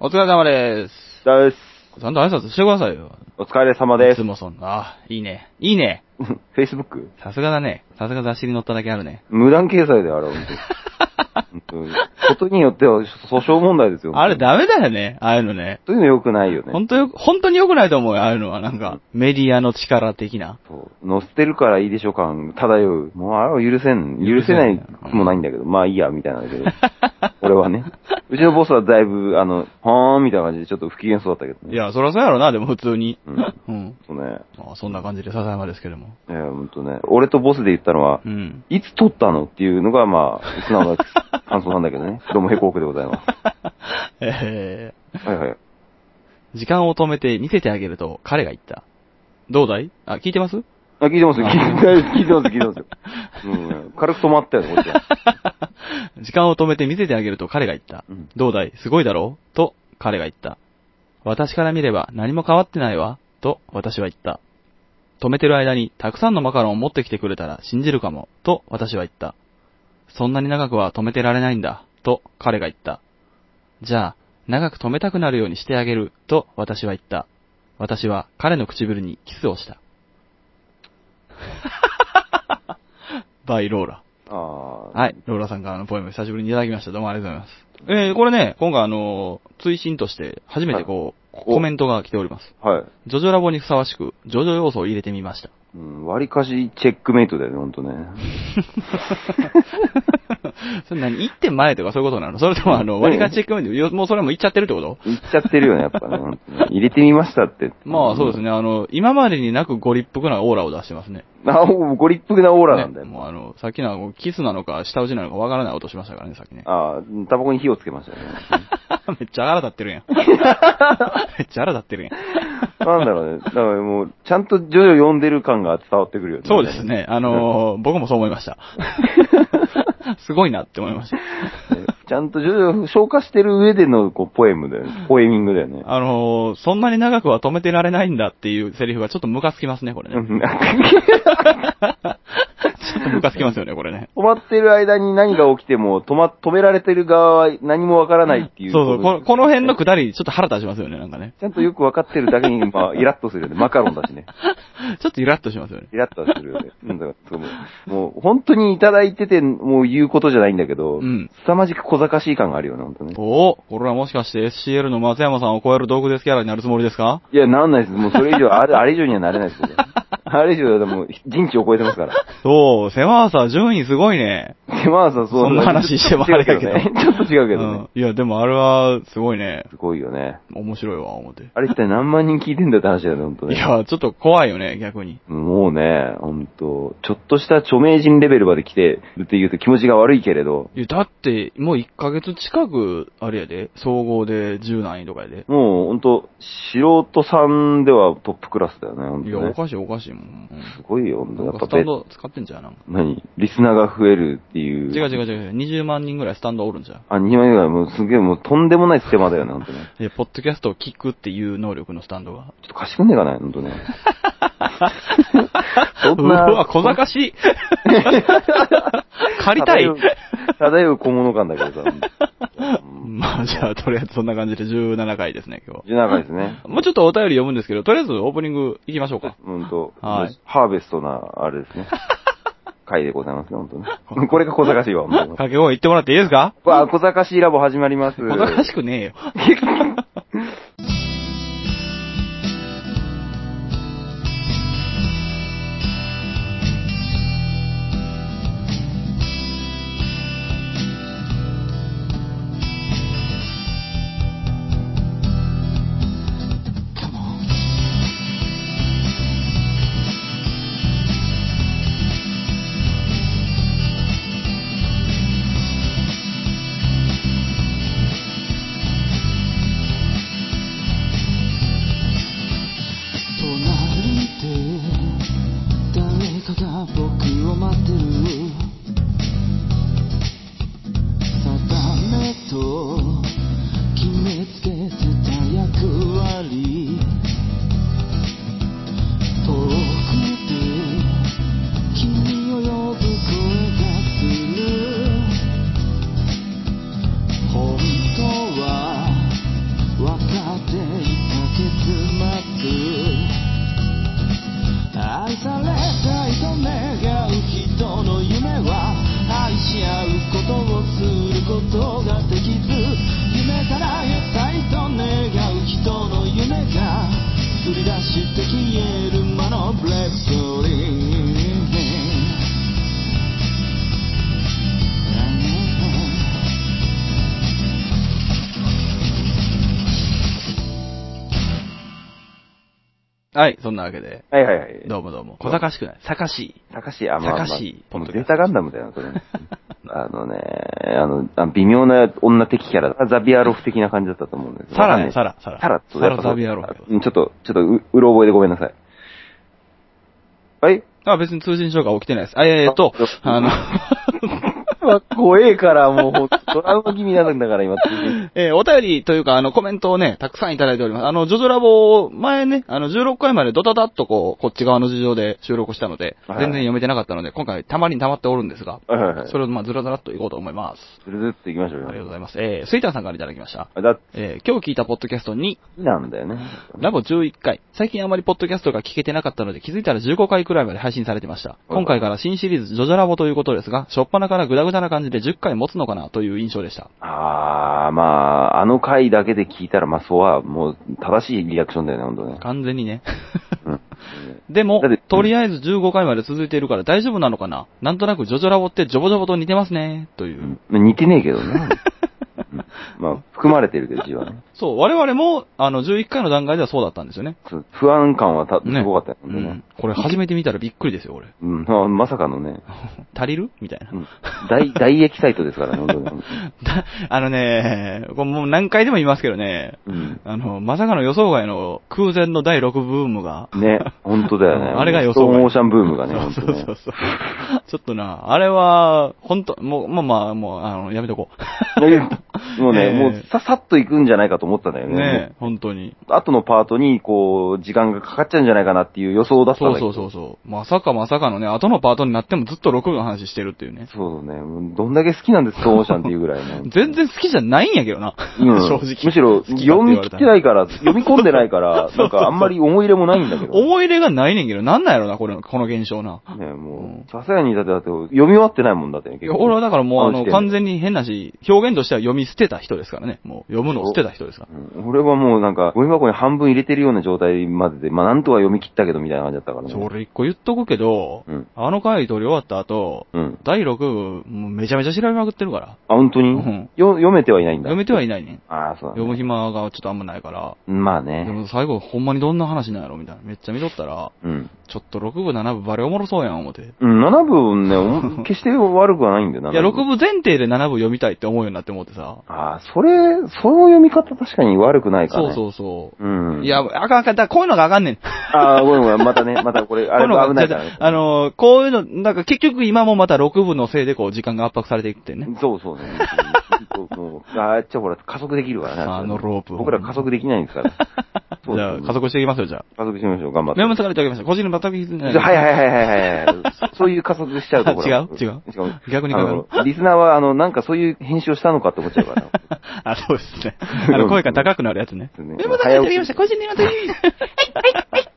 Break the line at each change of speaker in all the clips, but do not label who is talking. お疲れ様です。
だです。
ちゃんと挨拶してくださいよ。
お疲れ様で
いつ
す。
もそんな。あ、いいね。いいね。
Facebook?
さすがだね。さすが雑誌に載っただけあるね。
無断掲載であれ、本当に本当に。ことによっては訴訟問題ですよ。
あれ
だ。
ダメだよね。ああいうのね。
というの良くないよね。
本当よ、本当に良くないと思うよ。ああいうのはなんか、メディアの力的な。
そう載せてるからいいでしょ感漂う。もうあれを許せん、許せないもないんだけど、まあいいや、みたいなんだけど。俺 はね。うちのボスはだいぶ、あの、はーんみたいな感じでちょっと不機嫌そうだったけどね。
いや、そりゃそうやろな、でも普通に。
う
うんん。
そうね。
まあ、そんな感じで笹山ですけども。
えー、ほんとね。俺とボスで言ったのは
う、ん。
いつ撮ったのっていうのが、まあ、素直な感想なんだ けどね。どうもヘコークでございま
え
す。はいはい。
ー、時間を止めて見せてあげると彼が言った。どうだいあ、聞いてます
あ、聞いて ますよ、聞いてます聞いてます、聞いてますよ。うん、軽く止まったよ、こっちは。
時間を止めて見せてあげると彼が言った。
うん
どうだいすごいだろうと彼が言った。私から見れば何も変わってないわ。と私は言った。止めてる間にたくさんのマカロンを持ってきてくれたら信じるかも。と私は言った。そんなに長くは止めてられないんだ。と彼が言った。じゃあ、長く止めたくなるようにしてあげる。と私は言った。私は彼の唇にキスをした。 バイローラ。
ああ、
はい。ローラさんからのポエム久しぶりにいただきました。どうもありがとうございます。えー、これね、今回あのー、追伸として初めてこう、
はい
コメントが来ております。
はい。
ジョジョラボにふさわしく、ジョジョ要素を入れてみま した。
うん、割かしチェックメイトだよね、ほんとね。
それ何 ?1 点前とかそういうことなのそれともあの、
うん
割り勘チェックメインで、よもうそれはもう言っちゃってるってこと
言っちゃってる よね、やっぱね。ほんとね入れてみましたって。
まあそうです
ね。
ね、あの、今までになくご立腹なオーラを出してますね。
あ、おご立腹なオーラなんだよ。
ねもうあの、さっきのはもうキスなのか、舌打ちなのかわからない音しましたからね、さっき ね。
ああ、タバコに火をつけましたよね。
めっちゃ腹立ってる やん。めっちゃ腹立ってるやん。
なんだろうね。だからもう、ちゃんと徐々に読んでる感が伝わってくるよね。
そうですね。あのー僕もそう思いました。 すごいなって思いました。
ね。ちゃんと徐々に消化してる上での、こう、ポエムだよね。ポエミングだよね。
あのーそんなに長くは止めてられないんだっていうセリフがちょっとムカつきますね、これ
う
ね。
ん
ちょっとムカつきますよね、これね。
止まってる間に何が起きても、止ま、止められてる側は何もわからないってい。
そううそう、このこの辺のくだり、ちょっと腹立ちますよね、なんかね。
ちゃんとよくわかってるだけに、まあ、イラッとするよね。マカロンだしね。
ちょっとイラッとしますよね。
イラッとはするよね。うんだからそうもう、もう本当にいただいてて、もう言うことじゃないんだけど、
うん
凄まじく小賢しい感があるよね、本当ね。
おおこれはもしかして SCL の松山さんを超える毒ですキャラになるつもりですか
いや、なんないです。もうそれ以 上、あれ、あれ以上にはなれないですよね。あれ以上だともう、人知を超えてますから。
そう、狭さ、順位すごいね。
で、まあさ、そう。
そんな話してもあれだけど
違うねちょっと違うけどね。
うん。いや、でもあれは、すごいね。
すごいよね。
面白いわ、思って。
あれ一体何万人聞いてんだって話だよね、本当
い
ね。
や、ちょっと怖いよね、逆に。
もうね、ほんと、ちょっとした著名人レベルまで来てるって言うと気持ちが悪いけれど、
いや、だって、もう1ヶ月近く、あれやで、総合で10何位とかやで。
もうほんと、素人さんではトップクラスだよね、ほんと
いや、
ね
お。かしいおかしいもん。うん
すごいよ、ほんと。
な
や
ん
っ
か
ぱ
スタ
べ
ン、ド使ってんじゃん、なんか。
何リスナーが増えるっていう。
違う違う違う、20万人ぐらいスタンドおるんじゃん。
あ、2枚ぐらい、もうすげえ、もうとんでもないステマだよね、ほん とね。
いや、ポッドキャストを聞くっていう能力のスタンドが。
ちょっと貸してくんねえかな、ほん とね。そん
う
な
わ、小賢し い借りたい
漂う漂う小物感だけ どさ。うん
まあ、じゃあ、とりあえずそんな感じで17回ですね、今日。
17回ですね。
もうちょっとお便り読むんですけど、とりあえずオープニング行きましょうか。
ほんと、
はい
ハーベストな、あれ ですね。回でございますね、ほんとね。 これが小賢しいわ、ほんと
掛け声言ってもらっていいですか
わあ、小賢しいラボ始まります。
小賢しくねえよ。はい、そんなわけで、
はいはいはい。
どうもどうも。小賢しくない。坂し
サカシ、あ、まあ、まあ
サカシ
この
ポッドキャ
ゼー
スト
タガンダムだよ な、それ。あのね、あの、あの微妙な女的キャラ、ザビアロフ的な感じだったと思うんです
サラね
サ
サ
ラ
ラ
サ
サ
ラ
ラ
サラと
サラ
やっぱそう
ザビアロフ
うんちょっと、ちょっとう、うろ覚えでごめんなさい。はい
あ、別に通信障害起きてないです。あ、えーっと、あの、
まあ、怖えから、もうほんと、ドラマ気味になるんだから、今。
えーお便りというか、あの、コメントをね、たくさんいただいております。あの、ジョジョラボを、前ね、あの、16回までドタダッとこう、こっち側の事情で収録したので、
は
全然
い
読めてなかったので、今回たまりに溜まっておるんですが、
はいはいはい。
それをまあ、ずらずらっといこうと思います。
それずつ行きましょう
ありが
よ。
とうございます。えー、スイタンさんからいただきました。
あだって、
えー、今日聞いたポッドキャストに、
好きなんだよね。
ラボ11回。最近あまりポッドキャストが聞けてなかったので気づいたら15回くらいまで配信されてました。今回から新シリーズジョジョラボということですが、初っ端からグダグダな感じで10回持つのかなという印象でした。
あー、まあ、あの回だけで聞いたら、まあ、そうは、もう、正しいリアクションだよね、ほんとね。
完全にね。
うん。
でも
だって、
とりあえず15回まで続いているから大丈夫なのかななんとなくジョジョラボってジョボジョボと似てますね、という。
うん似てねえけどね。うんまあ、含まれてるけど、字はね。
そう、我々も、あの、11回の段階ではそうだったんですよね。
そう不安感はた、す
ね。
ごかったよ
う
ね
ん。。これ初めて見たらびっくりですよ、俺。
うん、まあまさかのね、
足りるみたいな
う。ん大、大エキサイトですからね、本当に。
だあのね、これもう何回でも言いますけどね、
うん。
あの、まさかの予想外の空前の第6ブームが、
ね、本当だよね。
あれが予
ス
想
トーン
外
オーシャンブームがね、
そ
本
う
当
そう
ね
そう。そう ちょっとな、あれは、本当もう、まあまあ、もう、あの、やめとこ
ねもう
え
ね、
え
もうささっと行くんじゃないかと思ったんだよ
う。
ね。
ねえ、本当に。
後のパートに、こう、時間がかかっちゃうんじゃないかなっていう予想を出した
そ
ん
う
だけ
そ
ど
うそうそう。まさかまさかのね、後のパートになってもずっと6の話してるっていうね。。
そうね。もうどんだけ好きなんです、ストーンオーシャンっていうぐらいね
全然好きじゃないんやけどな。
う ん
正直。
むしろ、
好きだ
読み
言わ
切っ
れた
てないから、読み込んでな いから、なんかあんまり思い入れもないんだけど。
思い入れがないねんけど、なんなんやろな、これ、この現象な。
ねも
うん
う、さすがにだって、だって読み終わってないもんだってね、
いや、俺はだからもう、あの、完
に。
全に変なし、表現としては読み捨てた人ですからね。もう、読むのを捨てた人ですから。
うん俺はもうなんか、ゴミ箱に半分入れてるような状態までで、まあなんとか読み切ったけどみたいな感じだったから
ちょ
ね。
俺一個言っとくけど、
うん
あの回撮り終わった後、
うん。
第6部、もうめちゃめちゃ調べまくってるから。
あ、本当に、
うん
よ読めてはいないんだ。。
読めてはいいないねん。
ああ、そうだ、
読
ね。
む暇がちょっとあんまないから。
まあ
で
ね。
も最後ほんまにどんな話なんやろみたいな。めっちゃ見とったら、
うん。
ちょっと6部7部バレおもろそうやん思て。い
うん、7部ねお、 決して悪くはないんだよ、7
や、6部
部。
前提で7部読みたいって思うようになって思ってさ。
ああ、それ、その読み方確かに悪くないか
そ
ね。。
うそうそう
う
う。
ん。
いや、、あかんあかん。だからこういうのがあかんねん。
ああ、ごめんごめん、またね、 またこれ、あれ
こううのが
危ないからね
じゃ。ああのー、こういうの、なんか結局今もまた6部のせいでこう時間が圧迫されていってね。
そうそうね。そうもうあっちはほら、加速できるからね。
あのロープ
僕ら加速できないんで すから。
じゃあ、加。速していきますよ、じゃあ。
加速しましょう、頑張って。
メモされておきました。個人の全く引きずって
は
ないい。
はいはいはいはいはい。そういう加速しちゃうところ。
違う違う
違う。
逆にかかる
あのリスナーは、あの、なんかそういう編集をしたのかって思っちゃうから。
あ、そうですね。あの、声が高くなるやつね。
そうね
メモされておきました。個人の全く引きずってない。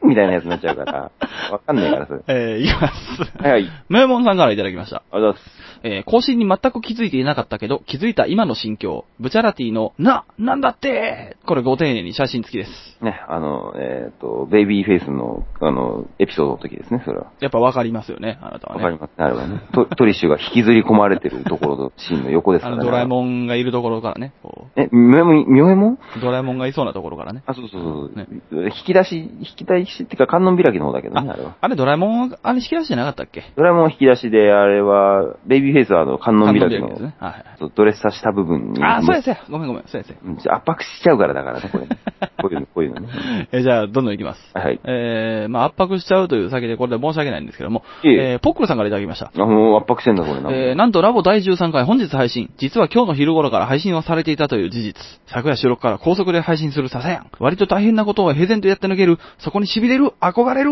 みたいなやつになっちゃうから。わかんないから、それ。
えー、いきま
はい
す。
はい。ありが
メモンさんからいただきました。
とうございます。
えー、更新に全く気づいていなかったけど、気づいた今の心境。ブチャラティの、な、なんだってこれご丁寧に写真付きです。
ね、あの、えっ、と、ベイビーフェイスの、あの、エピソードの時ですね、それは。
やっぱわかりますよね、あなたは
わ
ね。
かりますね、あれはね。トトリッシュが引きずり込まれてるところのシーンの横ですか
あ
ら
の、
ね。
ドラえもんがいるところからね、こ
え、ミョエモン、ミョエモン
う、ドラえもんがいそうなところからね。
あ、そうそうそう。
ね
引き出し、引き出しっていうか観音開きの方だけどね、あれは
あ。あれドラえもんは、あれ引き出しじゃなかったっけ
ドラえもん引き出しで、あれは、ベイビーフェイスはあの観音開き
感動
の
開きですね。はいはい。
そうドレッサーした部分に。
あー、そうや
す。
そうや。ごめんごめん、そうやそう
うん圧迫しちゃうからだからね、これ。こういうの、こういうのね。
や。 えー、じゃあ、どんどんいきます。
はい。
えー、まあ圧迫しちゃうという先でこれで申し訳ないんですけども、
いえいえ
えー、ポックルさんからいただきました。
あ、もう圧迫してんだ、これな。
えー、なんとラボ第13回本日配信。実は今日の昼頃から配信はされていたという事実。昨夜収録から高速で配信するササヤン。割と大変なことを平然とやってのける。そこに痺れる。憧れる。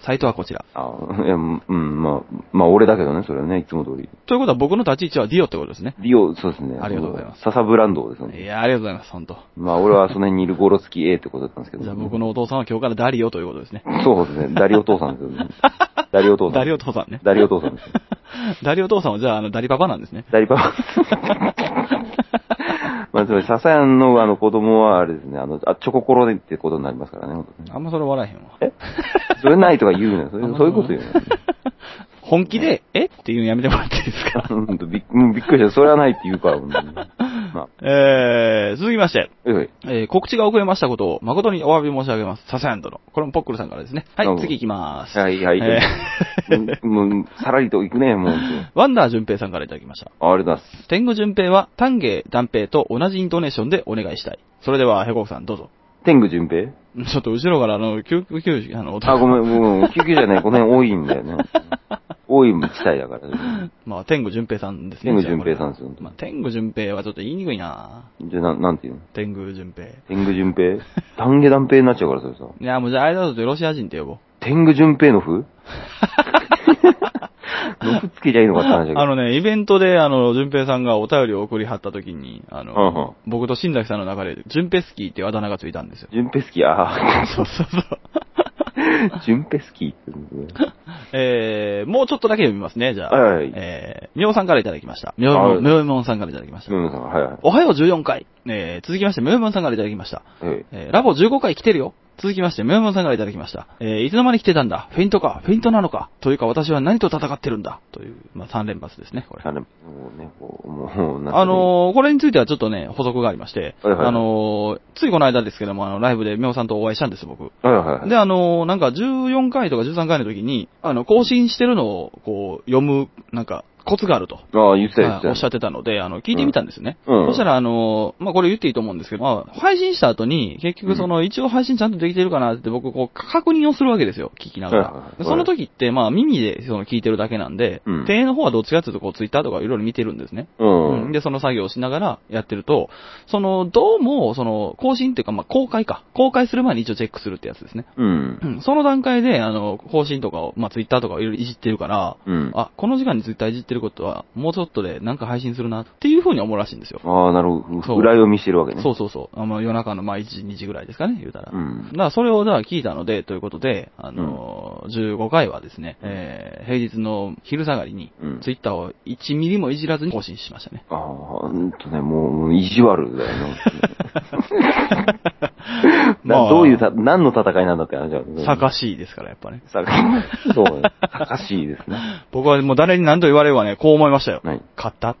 サイトはこちら。
あいやうん、まあ、まあ、俺だけどね、それはね、いつも通り。
ということは僕の立ち位置はディオってことですね。
ディオ、そうですね。
ありがとうございます
ササブランドです
い
ね。
やー、ありがとうございます、本当。
まあ、俺はその辺にいるゴロツキ A ってことだったんですけど。
じゃあ僕のお父さんは今日からダリオということですね。
そうですね。ダリお父さんですよ ね。ダリお父さん。
ダリお父さんね。
ダリお父さんですよ。
ダリお父さんはじゃあ、あの、ダリパパなんですね。
ダリパパ。まあ、つまり、ササヤンのあの子供はあれですね、あの、あチョココロネってことになりますからね、本当に
あんまそれ笑えへんわ。
えそれないとか言うなよ。それ
あんま
そういうこと言うなよ。
本気で、えっていうのやめてもらっていいですか
ほんとびっもうびっくりした。それはないって言うから、ほんとにま
えー、続きまして、
あ、はい。
えー、告知が遅れましたことを誠にお詫び申し上げます。サセンドの。これもポックルさんからですね。は
どう
い、
も
次行きます。
はい、はい。
え
もう、もうさらりと行くね、もう。
ー ワンダー淳平さんからいただきました。
ありがとうございます。
天狗淳平は丹下断平と同じイントネーションでお願いしたい。それでは、ヘコクさんどうぞ。
天狗淳平
ちょっと後ろからあの、救急、救急、あの、
あ、ごめん、もう、救急じ ゃない、この辺多いんだよね。多い地帯だから。
まあ、天狗淳平さんですね。
天狗淳平さんですよ
じゃあこれまあ、天狗淳平はちょっと言いにくいな
じゃあ、なん、なんていうの
天狗淳平。
天狗淳平丹下断平になっちゃうから、それさ。
いや、もうじゃあ、あれだとロシア人って呼ぼう。
天狗淳平の風の風つけちゃいいのかって話だけど。
あのね、イベントで、あの、淳平さんがお便りを送りはった時に、あの、
うんうん
僕と新崎さんの中で、淳平スキーっていうあだ名がついたんですよ。
純平好き、あ
そうそうそう。
あ、純平好きって言うんですね。
えー、もうちょっとだけ読みますね、じゃあ。
はいはい
えー、みょうさんからいただきました。みょう
は
も
い
ん、みょうもんさんからいただきました。
うん、はいは
おはよう14回。えー、続きまして、みょうもんさんからいただきました。
い。はい
えー、ラボ15回来てるよ。続きまして、みょうもんさんからいただきました。えー、いつの間に来てたんだフェイントかフェイントなのかというか、私は何と戦ってるんだという、まあ、3連発ですね、これ。
あの、もうね、こう、もう、なんかね
あ、のーこれについてはちょっとね、補足がありまして、
はいはい
あのーついこの間ですけども、あの、ライブでみょうさんとお会いしたんです、僕。
はいはいはい。
で、あのーなんか14回とか13回の時に、あの、更新してるのを、こう、読む、なんか、コツがあると。
ああ、言ってた言っ
はい
てた。
おっしゃってたので、あの、聞いてみたんですね。
うん
そしたら、あのーまあ、これ言っていいと思うんですけど、まあ、配信した後に、結局その、一応配信ちゃんとできてるかなって僕、こう、確認をするわけですよ、聞きなが
はいはい
ら
は。い
でその時って、まあ、耳で、その、聞いてるだけなんで、
うん
手の方はどっちかっていうと、こう、ツイッターとかいろいろ見てるんですね。
うん。
で、その作業をしながらやってると、その、どうも、その、更新っていうか、まあ、公開か。公開する前に一応チェックするってやつですね。
うん
う。んその段階で、あの、更新とかを、まあ、ツイッターとかをいろいろいじってるから、
うん。あ
あ、この時間にツイッターいじってることは、もうちょっとでなんか配信するなっていうふうに思うらしいんですよ。
あー、なるほ
そ
ど。
う
裏読みしてるわけね。。
そううそうそう。あまあ、夜中の、まあ、1時、2時ぐらいですかね、言うたら。
うん
だ。から、それを、だから聞いたので、ということで、あのー15回はですね、えー平日の昼下がりに
うん、
ツイッターを1ミリもいじらずに更新しましたね。
ああ、うんとね、もう、もう意地悪だよね。
まあ
などういうた、何の戦いなんだって話だよね。
サカシーですから、やっぱね。
さか、そうね。さかしいですね。
僕はもう誰に何度言われるわね、こう思いましたよ。
はい
買った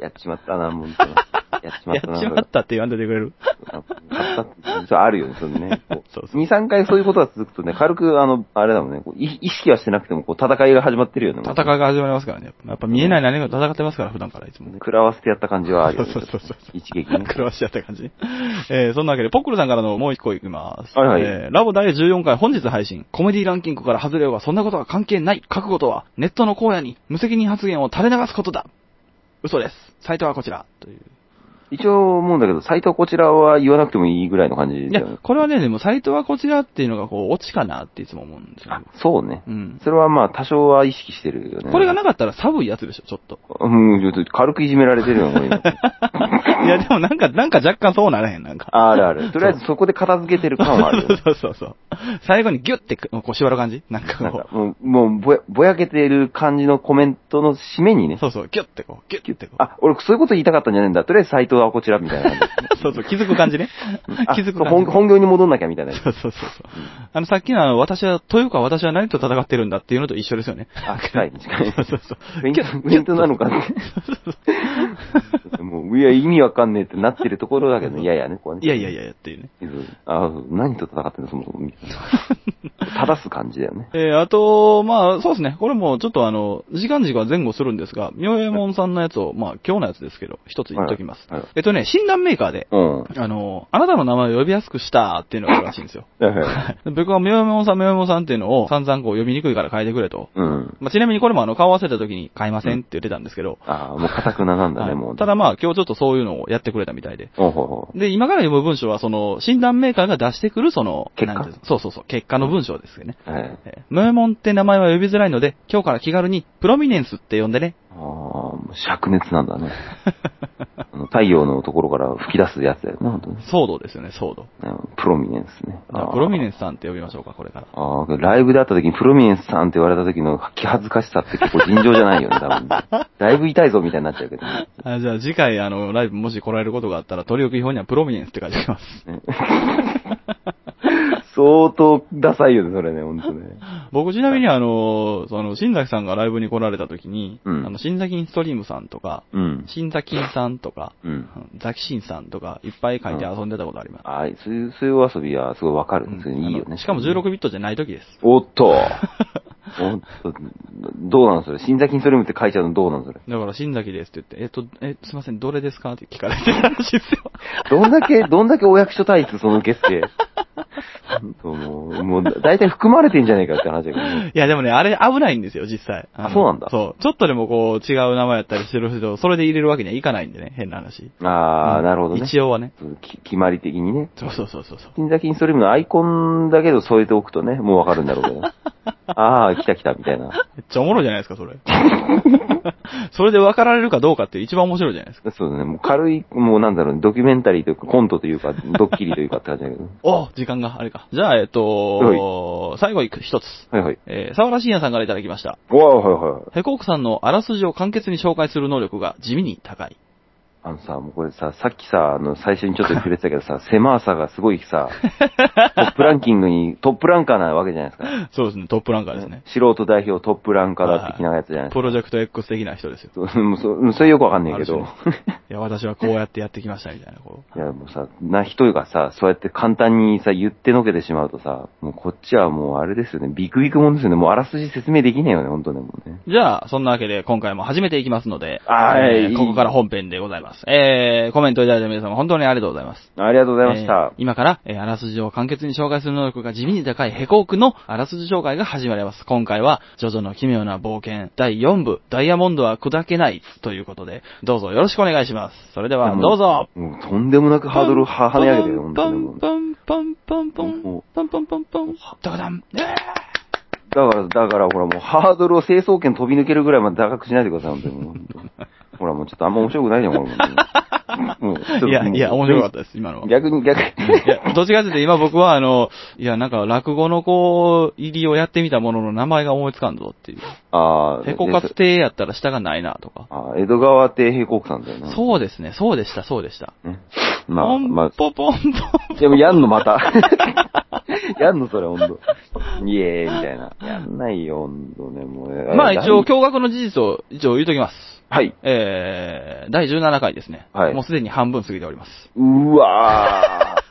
やっちまったな、もう。やっちま
や
っ
ったちま
な
っ。たって言わんといてくれる。
買ったってそうあるよね、そのね。こ
そうそう
2、3回そういうことが続くとね、軽く、あの、あれだもんね、こうい意識はしてなくても、こう、戦いが始まってるよね。
戦いが始まりますからね。やっぱ見えない何かと戦ってますから、普段からいつもね。
食らわせてやった感じはあるよね。
そうそうそうそう
一撃ね。
苦労しちゃった感じ。 えー、そんなわけで、ポックルさんからのもう一個いきます。
はいはい
えー、ラボ第14回本日配信、コメディランキングから外れようがそんなことは関係ない。覚悟とは、ネットの荒野に無責任発言を垂れ流すことだ。嘘です。サイトはこちら。という。
一応思うんだけど、斎藤こちらは言わなくてもいいぐらいの感じ
い
だ
や
よね、
これはね、でもサイトはこちらっていうのがこう、オチかなっていつも思うんですよ
あ。、そうね
う。ん。
それはまあ、多少は意識してるよね。
これがなかったら寒いやつでしょ、ちょっと。
うん、ちょっと軽くいじめられてるよ、俺今
いや、でもなんか、なんか若干そうならへん、なんか。
あるある。とりあえずそこで片付けてる感はあるよね。
そうそうそう。最後にギュッてこう縛る感じなんか
なん
こ
か、もう、もうぼや、ぼやけてる感じのコメントの締めに
う、
ね。
そうそう、ギュッてこう、ギュッてこう。
あ、俺、そういうこと言いたかったんじゃねえんだ。とりあえず、斎藤はこちら、みたいな 感
そうそう、気づく感じね。
じ。あ
気づく感
本
じ。
本業に戻んなきゃ、みたいな。
そうそうそうそう。あの、さっきのあの、私は、というか私は何と戦ってるんだっていうのと一緒ですよね。
あ、近い、近い。
そうそうそう。
ウェイント、ウェイントなのかって。もう、いや、意味わかんねえってなってるところだけど、いやいやね、こうね。
いやいやいやいやっていうね。
あ、何と戦ってんの、そもそも、みたいな。正す感じだよね。
えー、あと、まあ、そうですね。これも、ちょっとあの、時間軸は前後するんですが、明右衛門さんのやつを、まあ、今日のやつですけど、一つ言っときます。
はいはい
えっとね、診断メーカーで、
うん。は
あの、あなたの名前を呼びやすくしたっていうのがあるらしいんですよ。
いはい。
僕は、明右衛門さん、明右衛門さんっていうのを散々こう読みにくいから変えてくれと。
うん。
まあ、ちなみにこれもあの、顔合わせた時に変えませんって言ってたんですけど、
あもう、固くななんだ
は
ね、
い
もう。
ただまあ、今日ちょっとそういうのをやってくれたみたいで。
おうほうほう
で、今から読む文章は、その、診断メーカーが出してくる、その、
結果
なんていうのそうそうそう、結果の文章ですよね。
はい。
えームエモンって名前は呼びづらいので、今日から気軽に、プロミネンスって呼んでね。
ああ、もう灼熱な んだね。あの太陽のところから吹き出すやつだよね、本当に。
騒動ですよね、騒動。
うんプロミネンスね。
じゃあプロミネ
ンス。
ンスさんって呼びましょうか、これから。
ああ、ライブで会った時にプロミネンスさんって言われた時の気恥ずかしさって結構尋常じゃないよね、多 分ね。だいぶ痛いぞみたいになっちゃうけどね。
あじゃあ次回、あの、ライブもし来られることがあったら、取り置き表にはプロミネンスって書いておきます。
相当ダサいよね、それね、ほんとね。
僕ちなみにあの、その、新崎さんがライブに来られた時に、
うん
あの、新崎インストリームさんとか、
うん。
新崎ンさんとか、
うん。
ザキシンさんとか、いっぱい書いて遊んでたことあります。
ああ、そういう、そういうお遊びはすごいわかる。それいいよ
あの
ね。
しかも16ビットじゃない時です。
おっ と。おっと、どうなのそれ。新崎にそれ見って書いちゃうのどうなのそれ。
だから、新崎ですって言って、えっと、え、すいません、どれですかって聞かれてたらしい ですよ。
どんだけ、どんだけお役所体質その受付。ほんともう、もう、だいたい含まれてんじゃねえかって話だけどね。
いや、でもね、あれ危ないんですよ、実際。の
あそうなんだ
そう。ちょっとでもこう、違う名前やったりしてる人、それで入れるわけにはいかないんでね、変な話。
ああ、なるほどね。
一応はね。
そうき決まり的にね。
そうそうそうそうそう。
新崎インストリームのアイコンだけど添えておくとね、もうわかるんだろう けど。ああ、来た来た、みたいな。
めっちゃおもろいじゃないですか、そ れ。それで分かられるかどうかって一番面白いじゃないですか。
そうだね、もう軽い、もうなんだろうね、ドキュメンタリーというか、コントというか、ドッキリというかって感じだけど。
お時間が、あれか。じゃあ、えっと、最後一つ。
はいはい。
えー、沢田信也さんからいただきました。
おわはいはいはい。
ヘコークさんのあらすじを簡潔に紹介する能力が地味に高い。
あのさ、もうこれさ、さっきさ、あの、最初にちょっと触れてたけどさ、狭さがすごい さ、トップランキングに、トップランカーなわけじゃないですか。
そうですね、トップランカーですね。
素人代表トップランカーだって的なやつじゃないです
プ
か。
ロジェクト X 的な人ですよ。
そうもうそうんそれよくわかんないけ
ある
ど。
いや、私はこうやってやってきましたみたいな、こ
いや、もうさ、な、人がさ、そうやって簡単にさ、言ってのけてしまうとさ、もうこっちはもうあれですよね、ビクビクもんですよね、もうあらすじ説明できねえよね、ほんとね、もうね。
う。じゃあ、そんなわけで今回も始めていきますので、
はい
えーここから本編でございます。えー、コメントいただいた皆様本当にありがとうございます。
ありがとうございました。
えー今から、えーあらすじを簡潔に紹介する能力が地味に高いヘコークのあらすじ紹介が始まります。今回は、ジョジョの奇妙な冒険第4部、ダイヤモンドは砕けないということで、どうぞよろしくお願いします。それでは、
も
どうぞ
もうとんでもなくハードルをは跳ね上げてるよ、ほん
パ
とに
ン
もう。
パンパンパンパン
もう
パンパンパンパンドカダンえー
だから、だからほらもうハードルを成層圏飛び抜けるぐらいまで高くしないでください、ほんとにもう。 ほらもうちょっとあんま面白くないじゃん、ほら もう。もうちょっと
いや、いや、面白かったです、今のは。い
逆に、逆に。
や、どっちかというと今僕はあの、いや、なんか落語のこう、入りをやってみたものの名前が思いつかんぞっていう。
ああ、
ヘコカツ亭やったら下がないなとか。
あー江戸川亭平国さんだよね。
そうですね、そうでした、そうでした。
う。ね、まあ、まあ、
ポンポンポン
でもやんのまた。 やんのそれほんと。イエーイみたいな。やんないよ、ほんとね、もう。
まあ一応、
今日。
驚愕の事実を一応言うときます。
はい。
えー、第17回ですね。
はい
もうすでに半分過ぎております。
うわー。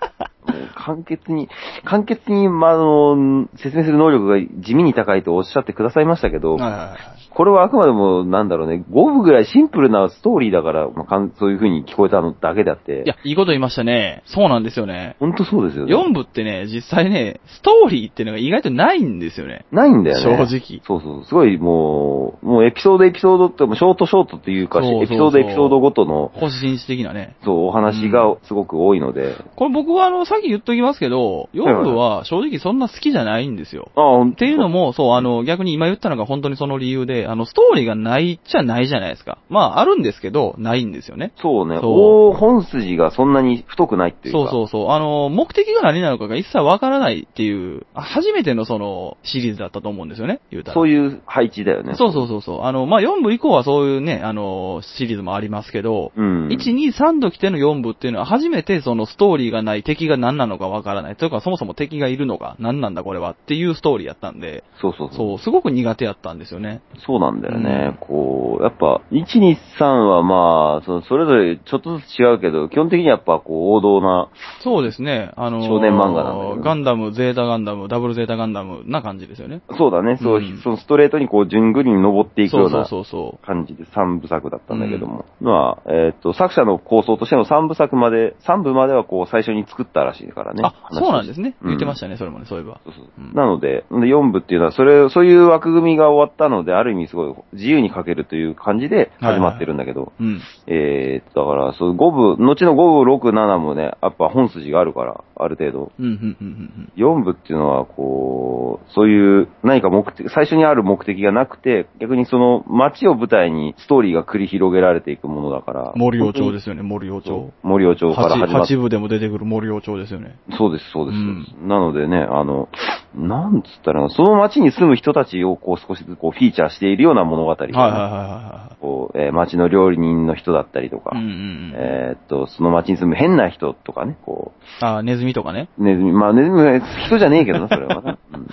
もう簡潔に、簡潔に、まあ、あの、説明する能力が地味に高いとおっしゃってくださいましたけど、
はいはいはい
これはあくまでも、なんだろうね、5分ぐらいシンプルなストーリーだから、まあかん、そういう風に聞こえたのだけであって。
いや、いいこと言いましたね。そうなんですよね。
ほんとそうですよね。
4部ってね、実際ね、ストーリーってのが意外とないんですよね。
ないんだよね。
正直
そうそう。すごいもう、もうエピソードエピソードって、もうショートショートっていう
そ
か、
うそうそう
エピソードエピソードごとの、
星人史的なね。
そう、お話がすごく多いので。
これ僕はあの、さっき言っときますけど、4部は正直そんな好きじゃないんですよ。
ああ、
っていうのも、そう、あの、逆に今言ったのが本当にその理由で、あの、ストーリーがないっちゃないじゃないですか。まあ、あるんですけど、ないんですよね。
そうね。
そう
大本筋がそんなに太くないっていう
そう
か。
そうそう。あの、目的が何なのかが一切わからないっていう、あ初めてのその、シリーズだったと思うんですよね、言うたら。
そういう配置だよね。
そうそうそうそう。あの、まあ、4部以降はそういうね、あの、シリーズもありますけど、
う。うん。
1、2、3度来ての4部っていうのは初めてそのストーリーがない敵が何なのかわからない。というかそもそも敵がいるのか何なんだこれはっていうストーリーやったんで、
そうそうそう。
そう、すごく苦手やったんですよね。
そうなんだよ
う
ね。こう、やっぱ、1、2、3はまあ、そのそれぞれちょっとずつ違うけど、基本的にやっぱこう、王道な、
そうですね。あのー
少年漫画なんだけどね
ガンダム、ゼータガンダム、ダブルゼータガンダムな感じですよね。
そうだね、そう、
うん
そのストレートにこう、順繰りに登っていく
そ
よう
うそう
な
そうそ
感じで3部作だったんだけども。まあ、えっ、と、作者の構想としての3部作まで、3部まではこう最初に作ったらしいから
う、
ね。。
あ、そうなんですすね。
うん
言ってましたね、それもね、そういえば。
そうそう
うん
なので、4部っていうのは、それ、そういう枠組みが終わったので、ある意味すごい自由に書けるという感じで始まってるんだけど、
うん。
えーっと、だから、そう、5部、後の5部、6、7もね、やっぱ本筋があるから、ある程度。
うん、うん、うん、うん
4部っていうのは、こう、そういう、何か目的、最初にある目的がなくて、逆にその街を舞台にストーリーが繰り広げられていくものだから。
うん。森王朝
す。
ですよね、森王
そ
朝
う。森尾町から始まっ
八部でも出てくる森王朝ですよね。
そうです、そうです、
う
そうんです。なのでね、あの、なんつったらいいの、その街に住む人たちをこう少しずつこうフィーチャーしているような物語が、
はいはいはいは
こう、えー街の料理人の人だったりとか、
いはい。うんうんうん。
えーっと、その街に住む変な人とかね、こう、
ああ、ネズミとかね。
ネズミ、まあネズミは人じゃねえけどな、それ はな。うん、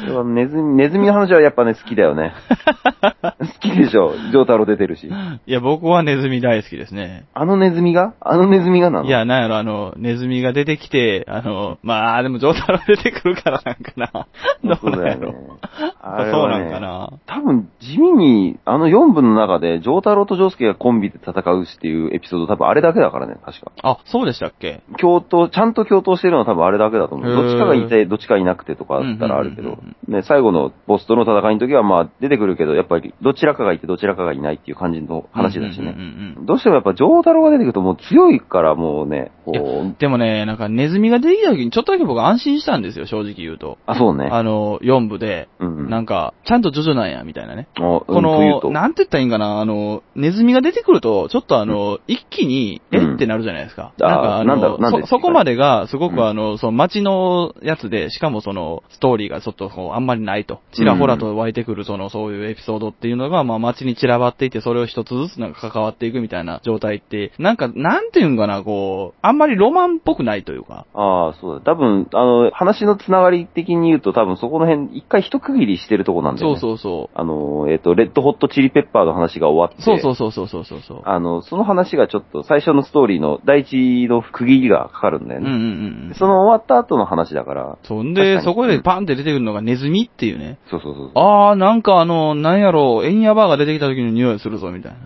それはネズミ、ネズミの話はやっぱね、好きだよね。 好きでしょ。ジョータロ出てるし。
いや、僕はネズミ大好きですね。
あのネズミがあのネズミがなの
い、や、なんやろ、あの、ネズミが出てきて、あの、まあ、でも、ジョータロ出てくるからなんかな。どうなんやろ。
そうだよね
やっぱそうなんかな。
多分、地味に、あの4分の中で、ジョータロとジョースケがコンビで戦うしっていうエピソード、多分あれだけだからね、確か。
あ、そうでしたっけ
共闘、ちゃんと共闘してるのは多分あれだけだと思
へ
う。
ー
どっちかがいて、どっちかいなくてとかだったらあるけ
うんう
ど
んうん、
ね、最後のボスとの戦いの時はまあ出てくるけど、やっぱりどちらかがいてどちらかがいないっていう感じの話だし
うん
ね。
うん
どうしてもやっぱジョータロが出てくるともう強いからもうね、こ
いやうん
う、
でもね、なんかネズミが出てきた時にちょっとだけ僕安心したんですよ、正直言うと。
あ、そうね。
あの、4部で、
うんうん
なんか、ちゃんとジョジョなんや、みたいなね。
おうん
この、
というと
なんて言ったらいいんかな、あの、ネズミが出てくると、ちょっとあの、一気に、え
うん
ってなるじゃないですか。
あー
なんかあ
なんだろ
の
うなんで
そ、そこまでが、すご
うん
くあの、その街のやつで、しかもその、ストーリーがちょっとこう、あんまりないと。ちらほらと湧いてくる、その、そういうエピソードっていうのが、まあ街に散らばっていて、それを一つずつなんか関わっていくみたいな状態って、なんか、なんていうんかな、こう、あんまりロマンっぽくないというか。
ああ、そうだ。多分、あの、話のつながり的に言うと、多分そこの辺、一回一区切りしてるとこなんだよ
そう
ね。う。
そうそ
あの、えっ、と、レッドホットチリペッパーの話が終わっ
う。
て、
そうそうそうそうそうそうそう。
あの、その話がちょっと、最初のストーリーの第一の区切りがかかるんだよ
うんう
ね。
んうんうん。
その終わった後の話だから、
そん
確か
で、
に
そこでパンって出てくるのがネズミっていうね。
そうそうそうそう。
あー、なんかあの、なんやろう、エンヤバーが出てきた時の匂いするぞ、みたいな。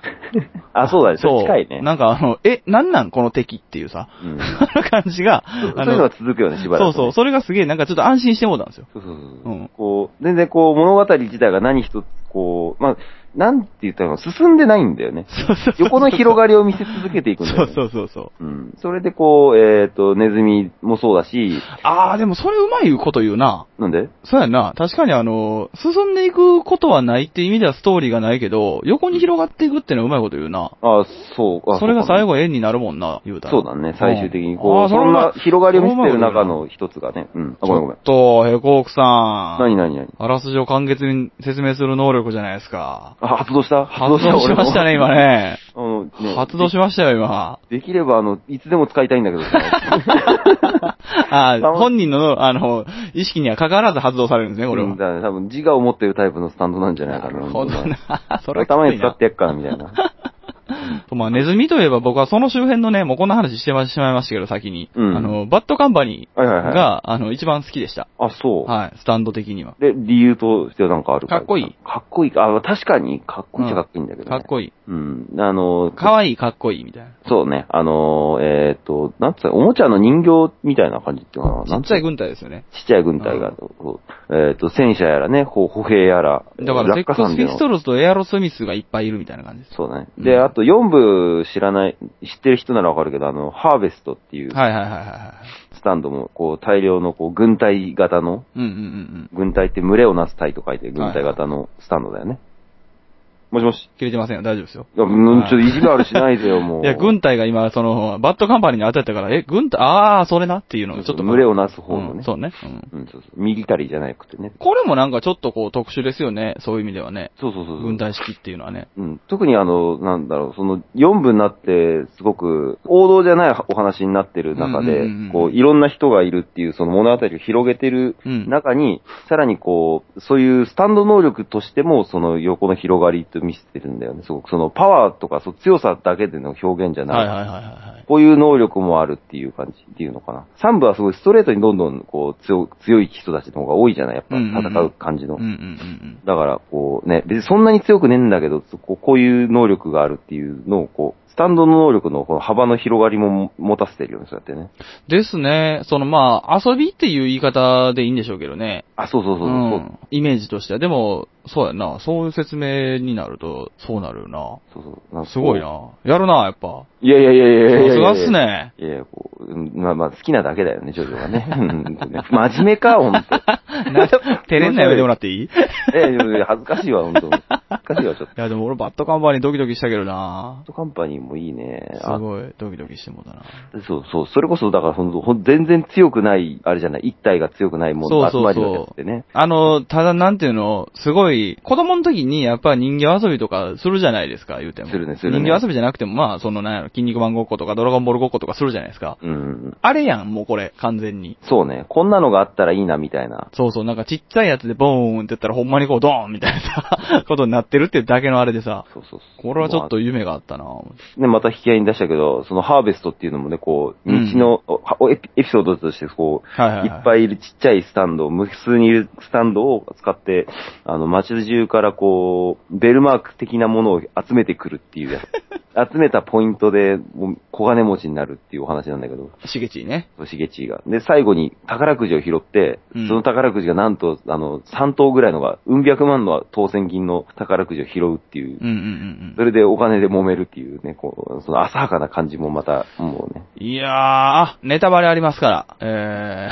あ、そうだね。それ
そう。
近いね。
なんかあの、え、なんなんこの敵っていうさ、
うん
あの感じが、
そう
あ
いうのが
の、
続くよね、しば
そ
ら
う
くね、
そう、それがすげえなんかちょっと安心してもうたんですよ。
そうそうそう
う
そう。
ん
こう、全然こう、物語自体が何一つ、こう、まあ、なんて言ったらいいの進んでないんだよね。
そうそうそう。
横の広がりを見せ続けていくんだ
そ
よ、ね。
うそうそうそう。
うん。それでこう、えっ、と、ネズミもそうだし、
あー、でもそれうまいこと言うな。
なんで
そうやんな。確かにあの、進んでいくことはないって意味ではストーリーがないけど、横に広がっていくってのはうまいこと言うな。
あそう、あ
それが最
後
後円になるもんな、言うたら。
そうだね。最終的にこう、
んあー
そんな広がりを見せてる中。
それはうまいこと言うな
の一つがね。うん。あ、
ち
ごめんご
ょ
めん
っ。と、ヘコークさん。
何何何
あらすじを簡潔に説明する能力じゃないですか。
あ、発動した発
発動しましたね、今。ね。
俺もあのね
発動しましたよ、今。
できれば、あの、いつでも使いたいんだけ どさ。
あ本人の、あの、意識には関わらず発動されるんですね、これ
う
は
ん。だからね多分自我を持ってるタイプのスタンドなんじゃないかな。
ほんとな。 それはきつ
たまに
い
使
な
っ。てやっから、みたいな。
まあ、ネズミといえば僕はその周辺のね、もうこんな話してしまいましたけど、先に。
うん
あの、バッドカンパニ
はいはい
ー
は
が、あの、一番好きでした。
い。あ、そう。
はい、スタンド的には。
で、理由としてはなんかある
かっこいい。
かっこいいか。あ、確かに、かっこいいっちゃかっこいいんだけど、ね。
かっこいい。
うん。あの、
かわいい、かっこいい、みたい
そうね。あのー、えっ、と、なんつうのおもちゃの人形みたいな感じっていうのかな。な
な。
ん
ちっ
つ
ち
う
ゃい
の
軍隊ですよね。
ちっちゃい軍隊が、そうえっ、と、戦車やらね、こう歩兵やら。
だから、セッ
落
ク
下さ
ス
んで
ピ
の
ストルズとエアロスミスがいっぱいいるみたいな感じです。
そうだね。
うん
で、あと4部知らない、知ってる人ならわかるけど、あの、ハーベストっていう
はいはいはいはいはい。
スタンドも、こう、大量のこう軍隊型の、
うんうんうんうん。
軍隊って群れをなす隊と書いて、軍隊型のスタンドだよね。もしもし。
切れてませんよ。大丈夫ですよ。
いや、うんちょっと意地悪しないでよ、もう。
いや、軍隊が今、その、バッドカンパニーに当たったから、え、軍隊、あー、それなっていうのがち
ちょ
ょっ
っと
と。
群れをなす方の
うん
ね。
そうね。うん。
うん、そうそう。ミリタリーじゃなくてね。
これもなんかちょっとこう特殊ですよね。そういう意味ではね。
そうそうそうそう。
軍隊式っていうのはね。
うん、特にあの、なんだろう、その4部になって、すごく王道じゃないお話になってる中で
うんうんうんうん、
こう、いろんな人がいるっていう、その物語を広げてる
うん
中に、さらにこう、そういうスタンド能力としても、その横の広がりと見せてるんだよね。すごく、そのパワーとか、そう強さだけでの表現じゃない。
はいはいはいはいはい。
こういう能力もあるっていう感じっていうのかな。3部はすごいストレートにどんどんこう強強い人たちの方が多いじゃないやっぱ
うんうんうん
戦う感じの
うんう。んうん
だから、こうね、別にそんなに強くねえんだけど、こうこういう能力があるっていうのを、こう、スタンドの能力のこの幅の広がりも持たせてるよね、そうやってね。
うん。ですね。そのまあ、遊びっていう言い方でいいんでしょうけどね。
あ、そうそうそうそう。
ん。イメージとしては。でも、そうやんな。そういう説明になると、そうなるよ
そうそうなん
な。
かこう
すごい。な。やるな、やっぱ。
いやいやいやいやいやいや
さ
いや
すがっす。ね。
いやいや、こう、うんまあまあ好きなだけだよね、ジョジョはね。うんとね真面目か、ほんと。
照 れんなやめてもらっていいい
え、いやいや恥ずかしいわ、ほんと。恥ずかしいわ、ちょっと。
や、でも俺バットカンパニードキドキしたけどな
カンパニーインもいいね。
す
あ
ごい、ドキドキしてもうたな。
そうそう。それこそ、だから、その、ほん全然強くない、あれじゃない、一体が強くないもの
そう
が集
そ
ま
う
りのやつ
そ
って
う。
ね。
あの、ただなんていうの、すごい、子供の時にやっぱ人形遊びとかするじゃないですか、言うても。
するねするね
人形遊びじゃなくても、まあ、そのなんやろ、筋肉マンごっことか、ドラゴンボールごっことかするじゃないですか。
うん。
あれやん、もうこれ、完全に。
そうね。こんなのがあったらいいな、みたいな。
そうそう、なんかちっちゃいやつでボーンって言ったらほんまにこうドーンみたいなさ、ことになってるってだけのあれでさ、
そうそうそう
これはちょっと夢があったなぁ思って
ね、また引き合いに出したけど、そのハーベストっていうのもね、こう、
うん
道の、おエピエピソードとして、こう、
はいはいいはい。
っぱいいるちっちゃいスタンドを、無数にいるスタンドを使って、あの、街中からこう、ベルマーク的なものを集めてくるっていうや つ。集めたポイントで、もう小金持ちになるっていうお話なんだけど、
しげちね。
しげちが。で、最後に宝くじを拾って、
うん
その宝くじがなんと、あの、3等ぐらいのが、うん百万の当選金の宝くじを拾うっていう
うんうんうん
それでお金で揉めるっていうね、こう、その浅はかな感じもまた、もうね。
うん。いやー、あネタバレありますから。え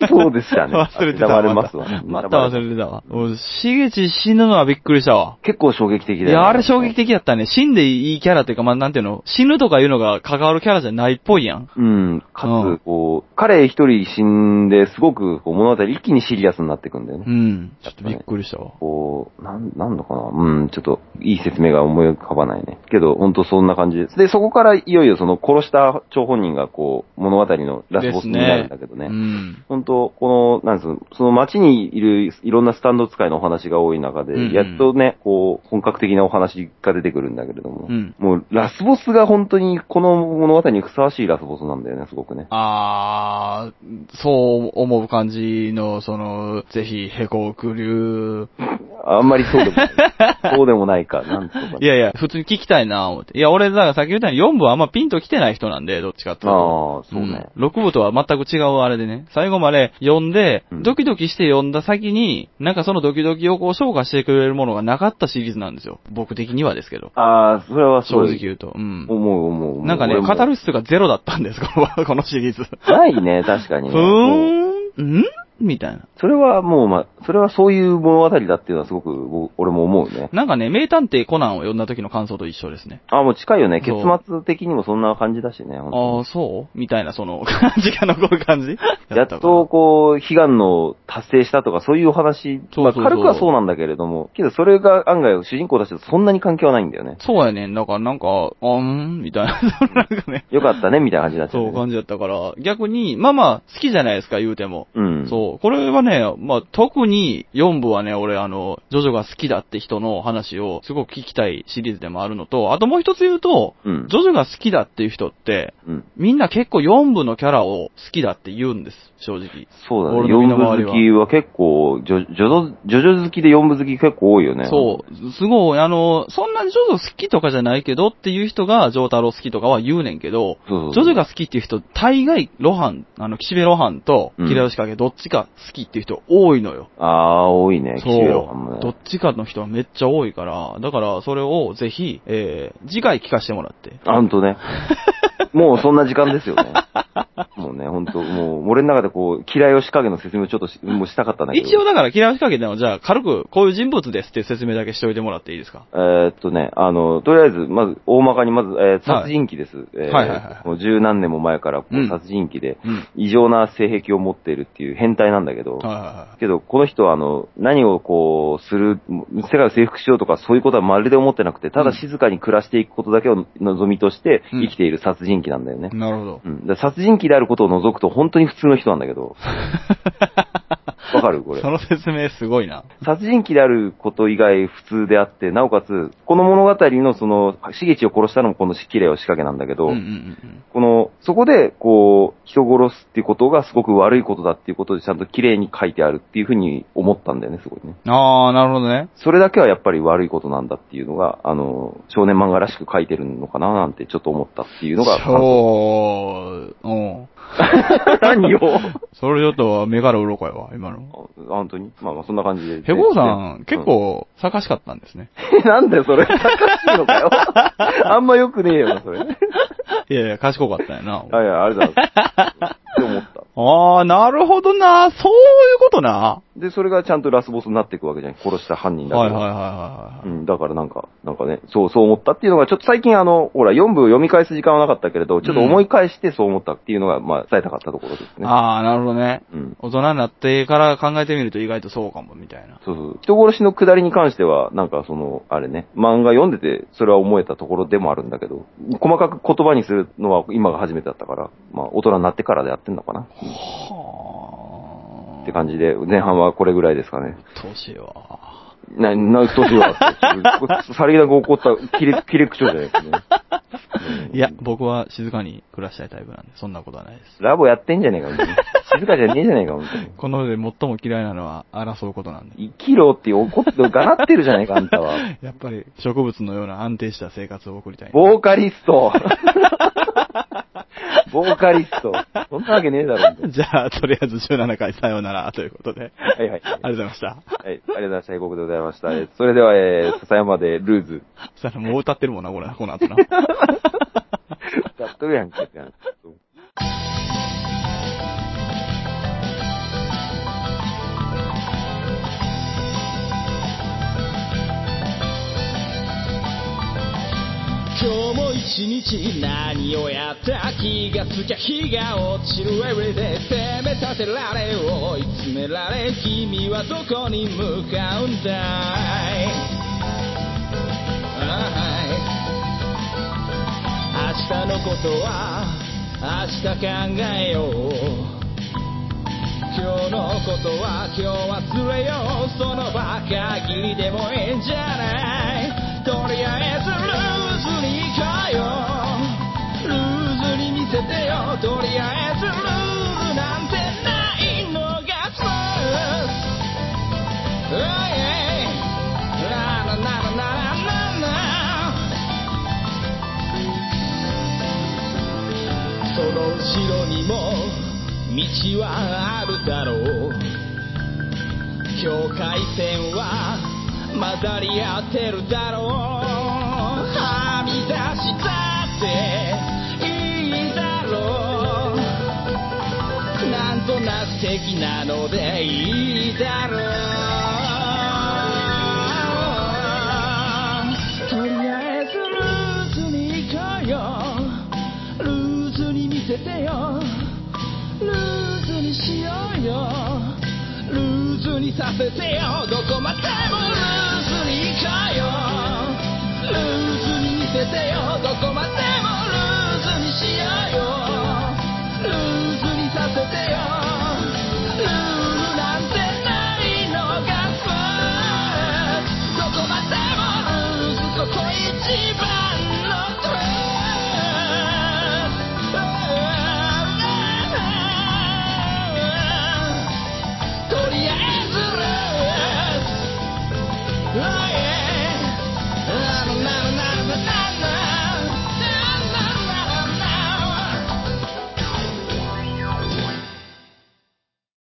ー。
そうでしたね
忘れてた。
ネタバレますわね
また
ネタ
ま
バレ
た忘れてたわ。もう、しげち死ぬのはびっくりしたわ。
結構衝撃的だ
い
よね。
や、あれ衝撃。的だったね。死んでいいキャラっていうか、まあ、なんていうの死ぬとかいうのが関わるキャラじゃないっぽいやん。
うん。
うん
かつ、こう、彼一人死んで、すごく、こう、物語一気にシリアスになっていくんだよね。
うん。ちょっとびっくりしたわ。
こう、なん、なんのかなうん、ちょっと、いい説明が思い浮かばないね。けど、ほんとそんな感じです。で、そこからいよいよその殺した張本人が、こう、物語のラスボスになるんだけどね。
うん。
本当、この、なんですかその街にいるいろんなスタンド使いのお話が多い中で、
うんうん
やっとね、こう、本格的なお話が出てくるんだけれども、
うん
もうラスボスが本当にこの物語にふさわしいラスボスなんだよね、すごくね。
あー、そう思う感じの、その、ぜひ、へこくりゅ
あんまりそうで もない。そうでもないか、なんとかね、
う。いやいや、普通に聞きたいな思って。いや、俺、だからさっき言ったように4部はあんまピンと来てない人なんで、どっちかっていうと。
ああ、そうね。
うん6部とは全く違うあれでね、最後まで読んで、
うん
ドキドキして読んだ先に、なんかそのドキドキをこう消化してくれるものがなかったシリーズなんですよ。僕的にはですけど。
ああ、それはす
正
ご
直
い
言うと。うん。
思う思う思う。
なんかね、
俺も
語る質がゼロだったんです、 このこのシリーズ。
ないね、確か
ふ
にね。
ー、
もうん
んみたいな。
それはもう、ま、それはそういう物語だっていうのはすごく僕、俺も思うね。
なんかね、名探偵コナンを読んだ時の感想と一緒ですね。
あ、もう近いよね。結
そう
末的にもそんな感じだしね。本当に
ああ、そうみたいな、その、 感じが残る感じ
やっと、、こう、悲願の達成したとか、そういうお話、
そう
ま
そう
あ
そう
軽くはそうなんだけれども、けどそれが案外主人公たちとそんなに関係はないんだよね。
そうやねん。だからなんか、あーんみたいな、 なんかね、
よかったね、みたいな感じになっちゃう、
そ
ね。
う感じだったから、逆に、まあまあ、好きじゃないですか、言うても。
うん。
そう。これはね、まあ、特に4部はね、俺、あの、ジョジョが好きだって人の話をすごく聞きたいシリーズでもあるのと、あともう一つ言うと、
う。うん
ジ。ョジョが好きだっていう人って、
うん。
みんな結構4部のキャラを好きだって言うんです、正直。
そうだね。
俺の身
四
の
部
回りは
好きは結構、ジョジョジョジョジョ好きで四部好き結構多いよね。
そう。すごい、あの、そんなにジョジョ好きとかじゃないけどっていう人が、ジョータロ好きとかは言うねんけど、
う。そうそう
ジョジョが好きっていう人、大概、ロハン、あの、岸辺露伴と、
うん
キラヨシカゲ、どっちか好きっていう人多いのよ。
ああ、多いね。
そ
岸辺露伴も
う。ど
ね
っ。ちかの人はめっちゃ多いから、だから、それをぜひ、えー、次回聞かせてもらって。
あ、ほんと ね。もうそんな時間ですよね。もうね、ほんと、もう、俺の中でこう、嫌いを仕掛けの説明をちょっとしもうしたかったんだけど。
一応だから、キラヨシカゲでも、じゃあ、軽く、こういう人物ですっていう説明だけしておいてもらっていいですか
えーっとね、あの、とりあえず、まず、大まかに、まず、えー
はい
殺人鬼です。えー
はいはいはい
もう十何年も前から、こ
う
うん殺人鬼で、
うん。
異常な性癖を持っているっていう変態なんだけど、
はいはいはい。
けど、この人は、あの、何をこう、する、世界を征服しようとか、そういうことはまるで思ってなくて、ただ静かに暮らしていくことだけを望みとして、
うん
生きている殺人鬼なんだよね。
なるほど。
うん。だから殺人鬼であることを除くと、本当に普通の人なんだけ ど。わかるこれ。
その説明すごいな。
殺人鬼であること以外普通であって、なおかつ、この物語のその、しげちを殺したのもこのキレを仕掛けなんだけど、
うんうんうん
この、そこで、こう、人殺すっていうことがすごく悪いことだっていうことでちゃんと綺麗に書いてあるっていうふうに思ったんだよね、すごいね。
うん。あー、なるほどね。
それだけはやっぱり悪いことなんだっていうのが、あの、少年漫画らしく書いてるのかななんてちょっと思ったっていうのが、
そう、うん。
何を
それちょっと目から鱗やわ、今の。
あ本当にまあまあそんな感じで。
ヘゴーさ
うん
ん、結構、探しかったんです ね。
え、なんだよ、それ。高いのか よ。あんま良くねえよな、それ。い
いやいや、賢かったよな。
やいや、あれだ。って思った。
あー、なるほどな。そういうことな。
で、それがちゃんとラスボスになっていくわけじゃん。殺した犯人だか
はいはい
ら。
はいは
う
いはい。
ん、だからなんか、なんかね、そう、そう思ったっていうのが、ちょっと最近あの、ほら、4部を読み返す時間はなかったけれど、ちょっと思い返してそう思ったっていうのが、まあ、伝えたかったところですね。
ああ、なるほどね。
うん。
大人になってから考えてみると意外とそうかも、みたいな。
そうそう。人殺しの下りに関しては、なんかその、あれね、漫画読んでて、それは思えたところでもあるんだけど、細かく言葉にするのは今が初めてだったから、まあ、大人になってからでやってんのかな。
はあ。
って感じで、前半はこれぐらいですかね。
どうしよう。
な、な、どうしようって。さりげなく怒った、切れ、切れ口調じゃないですね。
いや、僕は静かに暮らしたいタイプなんで、そんなことはないです。
ラボやってんじゃねえか、みたいな。静かじゃねえじゃねえか、みたいな。
この世で最も嫌いなのは争うことなんで。
生きろって怒って、がなってるじゃねえか、あんたは。
やっぱり植物のような安定した生活を送りたい。
ボーカリストボーカリスト。そんなわけねえだろ、みたい
じゃあ、とりあえず17回さようならということで。
なはいはい。
ありがとうございました。
はい、ありがとうございました。英国でございました。えーそれでは、えー、笹山でルーズ。
さあ、もう歌ってるもんな、これ、この後な。
やっとるやんけ、ってなそう
今日も一日何をやった気がつきゃ日が落ちる Everyday 責め立てられ追い詰められ君はどこに向かうんだいあーい明日のことは明日考えよう今日のことは今日忘れようその場限りでもいいんじゃないとりあえずルーズに行こうよルーズに見せてよとりあえずルールなんてないのがスムーズ Oh yeah ラララララララその後ろにも道はあるだろう境界線は混ざり合ってるだろうはみ出したっていいだろうなんとなく的なのでいいだろうとりあえずルーズに行こうよルーズに見せてよルーズにしようよルーズにさせてよどこまでもルーズに行こうよルーズに見せてよどこまでもルーズにしようよルーズにさせてよルールなんてないのがスポーツどこまでもルーズここ一番のトレー Yeah.